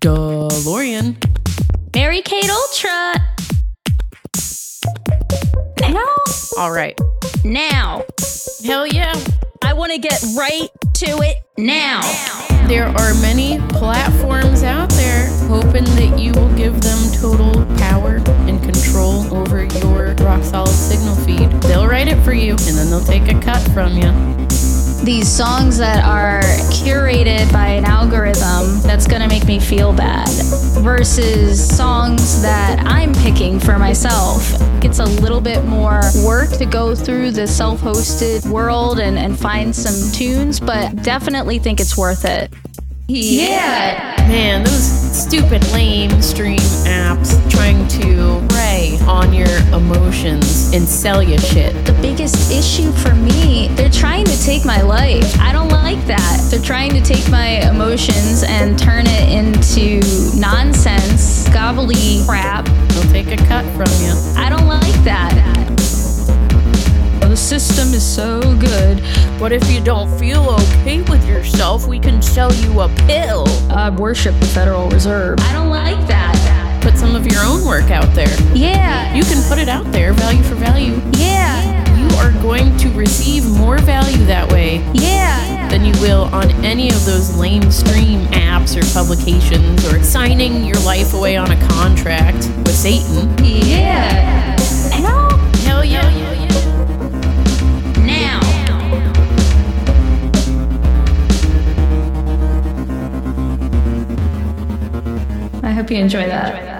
DeLorean. Mary Kate Ultra. Now, All right. now. Hell yeah. I want to get right to it now. There are many platforms out there hoping that you will give them total power and control over your rock solid signal feed. They'll write it for you and then they'll take a cut from you. These songs that are curated by an algorithm that's gonna make me feel bad versus songs that I'm picking for myself. It's a little bit more work to go through the self hosted world and, and find some tunes, but definitely think it's worth it. Yeah. Man, those stupid lame stream apps trying to prey on your emotions and sell you shit. The biggest issue for me, they're trying to take my life. I don't like that. They're trying to take my emotions and turn it into nonsense, gobbly crap. They'll take a cut from you. I don't like that. The system is so good. But if you don't feel okay with yourself, we can sell you a pill. I worship the Federal Reserve. I don't like that. Put some of your own work out there. Yeah, You can put it out there, value for value. yeah, You are going to receive more value that way yeah. than you will on any of those lame stream apps or publications or signing your life away on a contract with Satan. Yeah. Now. Hell yeah, yeah, yeah. Now. I hope you enjoy that.